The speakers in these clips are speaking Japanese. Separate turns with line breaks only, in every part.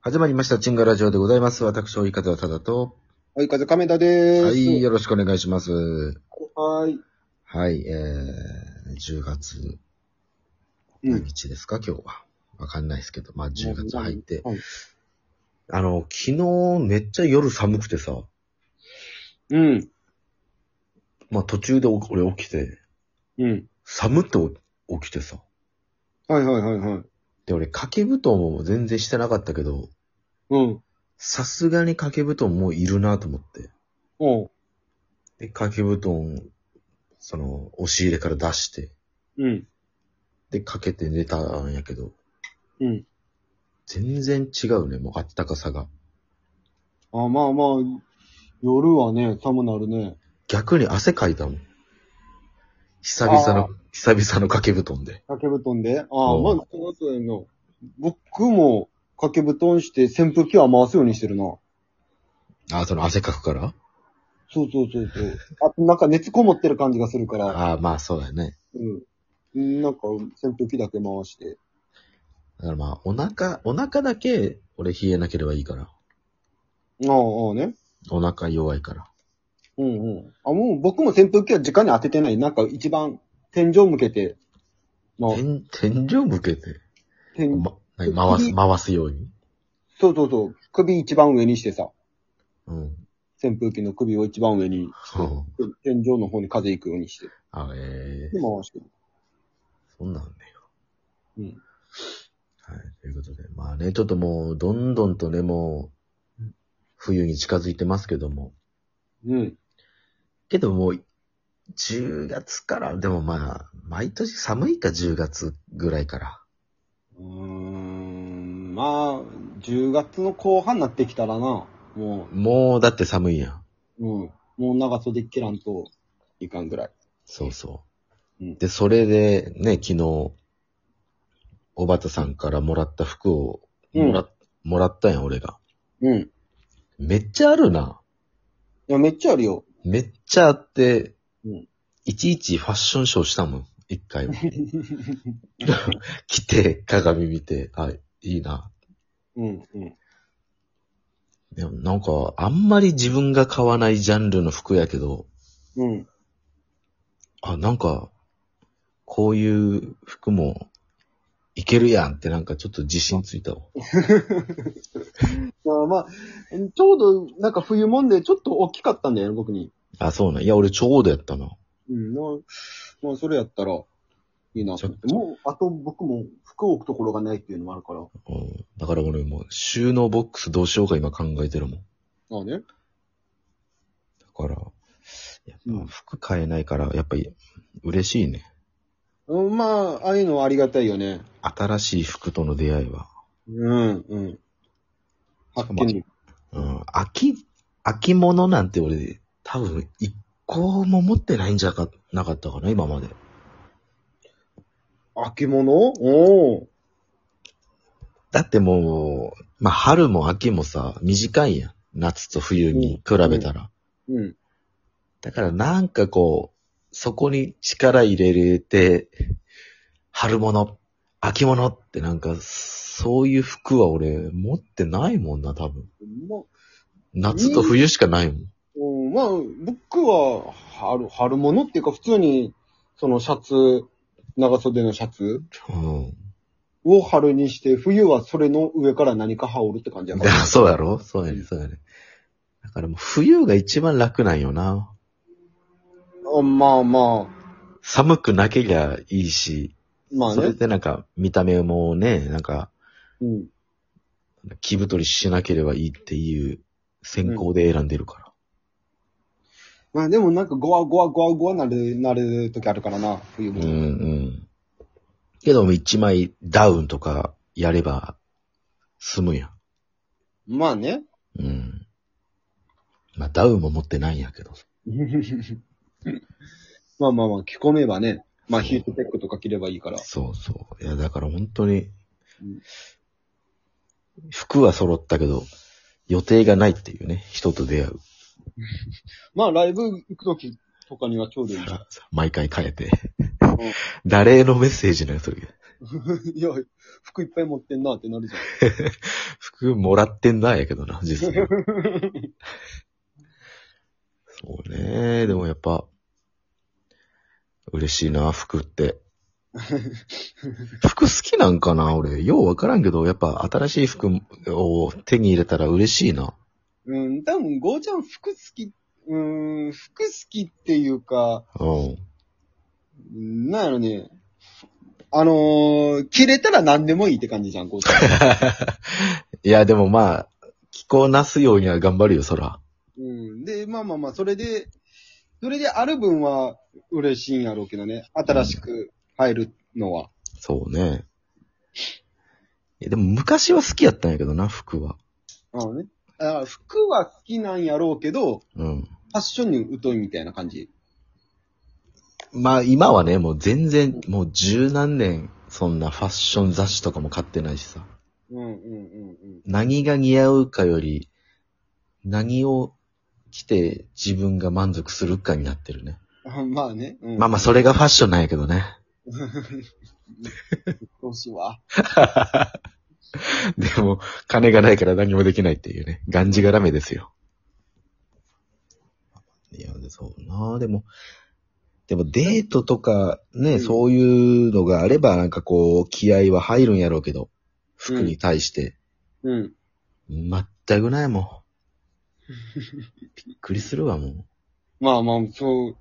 始まりました。チンガラジオでございます。私、追い方はただと。
はい、風亀田でーす。
はい、よろしくお願いします。
はーい。
はい、えー、10月
う
何
ん。
日ですか、今日は。わかんないですけど、まあ10月入って。
はい
あの、昨日めっちゃ夜寒くてさ、
うん。
まあ途中でお俺起きて、
うん。
寒って起きてさ。
はいはいはいはい。
で、俺掛け布団も全然してなかったけど、
うん。
さすがに掛け布団もういるなと思って。
おう。
で、掛け布団、その、押し入れから出して、
うん。
で、かけて寝たんやけど、
うん。
全然違うね、もうあったかさが。
あ、まあまあ、夜はね、寒なるね。
逆に汗かいたもん。久々
あ
の、久々の掛け布団で。
掛け布団で。あ
う
あ、
ん
まあ、そうそうやんな。僕も掛け布団して扇風機は回すようにしてるな。
あ、その汗かくから
そうそうそうそう。あとなんか熱こもってる感じがするから、
ああ、まあそうだよね。
うん。なんか扇風機だけ回して。
だからまあ、お腹、お腹だけ、俺冷えなければいいから。
ああ、ああね。
お腹弱いから。
うんうん。あ、もう僕も扇風機は直に当ててない。なんか一番天井向けて、まあ、
天、天井向けて、
天
ま、何回す、回すように。
そうそうそう。首一番上にしてさ、
うん。
扇風機の首を一番上に、
そう。
天井の方に風行くようにして、
あ、ええ
で回してる。
そんなんね。
うん。
はい。ということで、まあね、ちょっともう、どんどんとね、もう、冬に近づいてますけども。
うん。
けどもう、10月から、でもまあ、毎年寒いか、10月ぐらいから。
うーん、まあ、10月の後半になってきたらな、も
もう、だって寒いやん。
う、うん、もう長袖着らんといかんぐらい。
そうそう。
うん
で、それで、ね、昨日、おばたさんからもらった服を、もら、もらったやん、俺が。
うん。い
めっちゃあるな。
や、めっちゃあるよ。
めっちゃあって、
うん
いちいちファッションショーしたもん、一回も。来て、鏡見て、あ、いいな。
うん、うん。
でもなんか、あんまり自分が買わないジャンルの服やけど、
うん。
あ、なんか、こういう服も、いけるやんってなんかちょっと自信ついたわ。
まあまあ、ちょうどなんか冬もんでちょっと大きかったんだよね、僕に。
あ、そうなん。いや、俺ちょうどやったな。
うん、な、まあ、それやったら、いいなと思って。もう、あと僕も服を置くところがないっていうのもあるから。
うん。だから俺もう収納ボックスどうしようか今考えてるもん。
ああ
だ
ね。
から、や
う
っぱ
ん
服買えないから、やっぱり嬉しいね。
うん、まあ、ああいうのはありがたいよね。
新しい服との出会いは。
うん、うん。発見。
うん。秋、秋物なんて俺、多分一個も持ってないんじゃかなかったかな、今まで。
秋物おお。
だってもう、まあ、春も秋もさ、短いやん。夏と冬に比べたら。
うん。
だからなんかこう、そこに力入れて、春物、秋物ってなんか、そういう服は俺持ってないもんな、多分。
まあ、
夏と冬しかないもん。
うん、まあ、僕は、春、春物っていうか、普通に、そのシャツ、長袖のシャツ
うん。
を春にして、冬はそれの上から何か羽織るって感じや か
だ
ら。
そうやろそうやね、そうやね。だからもう冬が一番楽なんよな。
あまあまあ、
寒くなけりゃいいし、
まあ
それ
ね。
でなんか見た目もね、なんか
うん。
気太りしなければいいっていう選考で選んでるから。
まあでもなんかゴワゴワゴワゴワなる、なる時あるからな、冬
う
も。
んうん。けども一枚ダウンとかやれば済むや
まあね。
ん。うん。まあダウンも持ってないんやけど。
まあまあまあ、着込めばね。まあヒートテックとか着ればいいから。
そうそう。いやだから本当に
うん、
服は揃ったけど、予定がないっていうね、人と出会う。
まあライブ行く時とかにはちょうどいい。
毎回変えて。
う
誰へのメッセージなんやそれ。
んいや、服いっぱい持ってんなってなるじゃん。
服服もらってんだやけどな、実 際。そうね。でもやっぱ、嬉しいな、服って。服好きなんかな俺。ようわからんけど、やっぱ新しい服を手に入れたら嬉しいな。
うん、多分、ゴーちゃん服好き、うん、服好きっていうか、
うん。
うんなんやろね。あのー、切れたら何でもいいって感じじゃん、ゴーちゃん。
いや、でもまあ、着こなすようには頑張るよ、そら。
うん。で、まあまあまあ、それで、それである分は嬉しいんやろうけどね。新しく入るのは。
そうね。いやでも昔は好きやったんやけどな、服は。
あのね。だから服は好きなんやろうけど、フ
うん。
ァッションに疎いみたいな感じ。
まあ今はね、もう全然、もう十何年、そんなファッション雑誌とかも買ってないしさ。
うんうんうん
何が似合うかより、何を着て自分が満足するかになってるね。
うんあ。まあね。うん、
まあまあそれがファッションなんやけどね。
どうしようわ。
でも、金がないから何もできないっていうね、がんじがらめですよ。いや、そうなでも、でもデートとかね、
うん
そういうのがあれば、なんかこう、気合は入るんやろうけど、服に対して、
うん。
全くないもん。びっくりするわ、もう。
まあまあ、そう、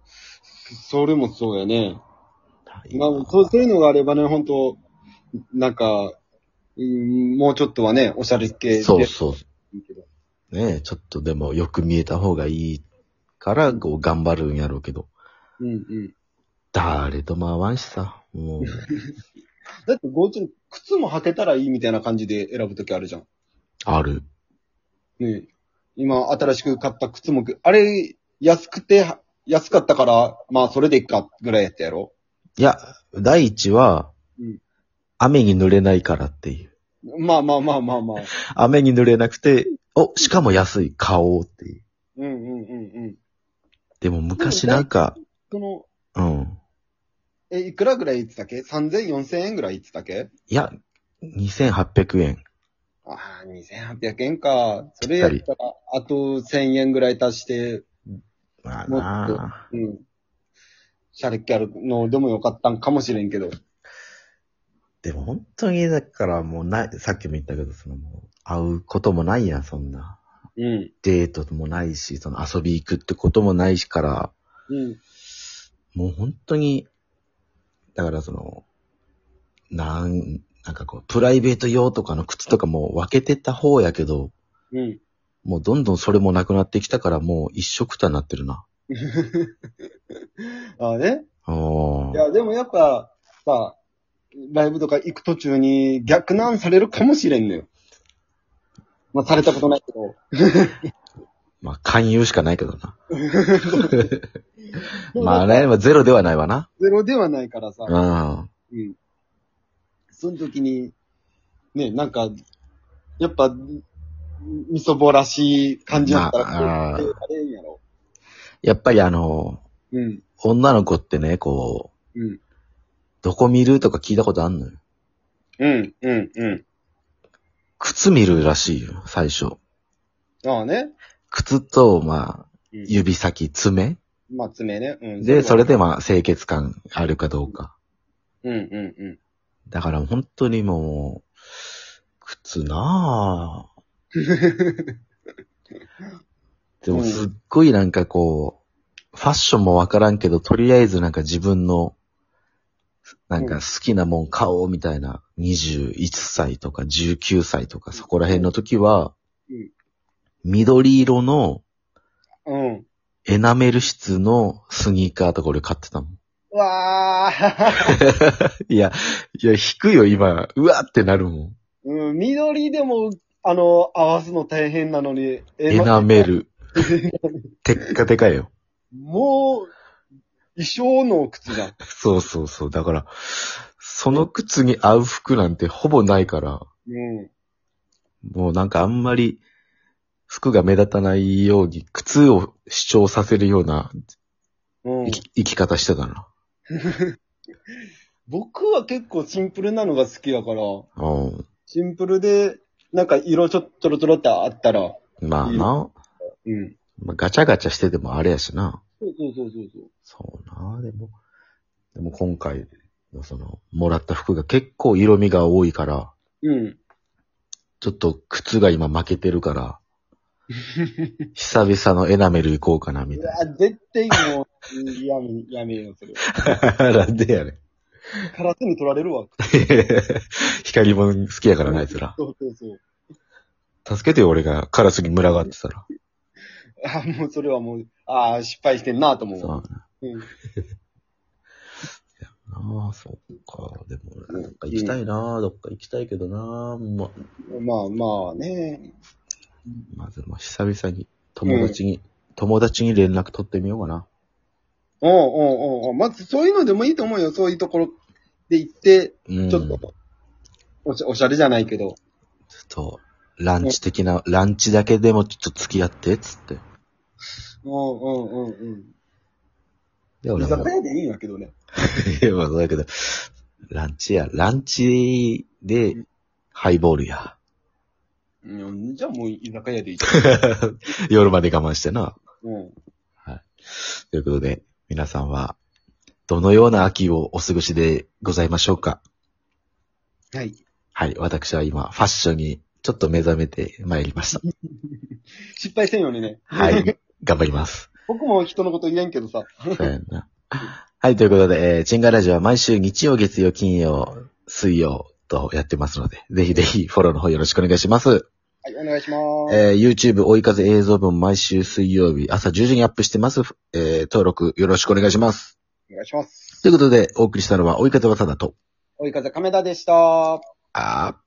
それもそうやね。
ない
ま
な
あ、そうそういうのがあればね、本当なんか、うんもうちょっとはね、おしゃれ系で。
そうそう
いいけど
う。ねちょっとでもよく見えた方がいいから、こう、頑張るんやろうけど、
うんうん。
誰とも合わんしさ、も う。
だって、ゴーちゃん、靴も履けたらいいみたいな感じで選ぶときあるじゃん。
ある。
ねえ今、新しく買った靴も、あれ、安くて、は安かったから、まあ、それでいっか、ぐらいやったやろ
いや、第一は、
うん
雨に濡れないからっていう。
まあまあまあまあまあ。
雨に濡れなくて、お、しかも安い、買おうっていう。
うんうんうんうん。
でも昔なんか、
その、
うん。
え、いくらぐらい言ってたっけ ?3000、4000円ぐらい言ってたっけ
いや、2800円。
ああ、2800円か。それやったら、あと1000円ぐらい足して、
まあ
もっと
なあ
うん。シャレっ気あるのでもよかったんかもしれんけど。
でも本当に、だからもうない、さっきも言ったけど、そのもう、会うこともないやん、そんな。
うん。
デートもないし、その遊び行くってこともないしから、
うん。
もう本当に、だからその、なん、なんかこう、プライベート用とかの靴とかも分けてた方やけど、
うん。
もうどんどんそれもなくなってきたからもう一色たになってるな。
ああね。
お
いや、でもやっぱ、さ、ライブとか行く途中に逆難されるかもしれんのよ。まあ、されたことないけど。
まあ、勧誘しかないけどな。まあ、あれはゼロではないわな。
ゼロではないからさ
う、ん。
うん。その時に、ね、なんか、やっぱ、みそぼらしい感じだったら、
まああー
こうやってやれんやろ。
やっぱりあの、
うん。
女の子ってね、こう、
うん。
どこ見るとか聞いたことあんのよ。
うん、うん、う
靴見るらしいよ、最初。
ん。ああね。
靴と、まあ、
うん
指先、爪
まあ、爪ね。うん。
で、それ。でまあ清潔感あるかどうか。
うん、うん、うん。
だから本当にもう、靴なぁ。でもすっごいなんかこう、ファッションもわからんけど、とりあえずなんか自分の、なんか好きなもん買おうみたいな、21歳とか19歳とかそこら辺の時は
うん、
緑色の
うん。
エナメル質のスニーカーとか俺買ってたもん。
うわあ。
いや、いや、低いよ、今。うわってなるもん。
うん、緑でも、あの、合わすの大変なのに、え
エナメル。てっかてかよ。
もう、衣装の靴だ。
そうそうそう。だから、その靴に合う服なんてほぼないから、
うん。
もうなんかあんまり、服が目立たないように、靴を主張させるような
うん
生き生き方してたな。
僕は結構シンプルなのが好きだから、
うん。
シンプルで、なんか色ちょ、ちょろちょろってあったら、
まあな。
うん。
まあ、ガチャガチャしててもあれやしな。
そうそうそうそうそう。
そうな、でも、でも今回のその、もらった服が結構色味が多いから、
うん。
ちょっと靴が今負けてるから、久々のエナメル行こうかな、み
う
たい
わ、絶対もう、やめ、やめよ、それ。
な。なんでやねん。
カラスに取られるわ。
光も好きやからな、あいつら。
そうそうそう。
助けてよ、俺がカラスに群がってたら。
あ、もうそれはもう、ああ、失敗してんなと思う。
そう
うん。
やなあ、そうか。でも、なんか行きたいな、どっか行きたいけどな、ま、
まあまあね。
まず、まあ、久々に友達に、友達に連絡取ってみようかな。
うんうんうんうん。まずそういうのでもいいと思うよ。そういうところで行って、
うん。
ちょっと、おしおしゃれじゃないけど。
ちょっと、ランチ的な、ランチだけでもちょっと付き合って、つって。
うんうんうん
で、
うん。
俺
居酒
も、
屋でいいんやけどね。
いやまあそうだけど、ランチや、ランチで、ハイボールや。
うん、じゃあもう居酒屋でいい。
夜まで我慢してな。
うん。
ということで、皆さんは、どのような秋をお過ごしでございましょうか
はい。
はい、私は今、ファッションにちょっと目覚めてまいりました。
失敗せんようにね。
はい、頑張ります。
僕も人のこと言えんけどさ。
そうやんな。はい、ということで、えー、チンガラジオは毎週日曜、月曜、金曜、水曜とやってますので、ぜひぜひフォローの方よろしくお願いします。
はい、お願いします。
えー、YouTube 追い風映像分毎週水曜日朝10時にアップしてます。えー、登録よろしくお願いします。
お願いします。
ということで、お送りしたのは追い風はただと、
追い風亀田でした。
あー。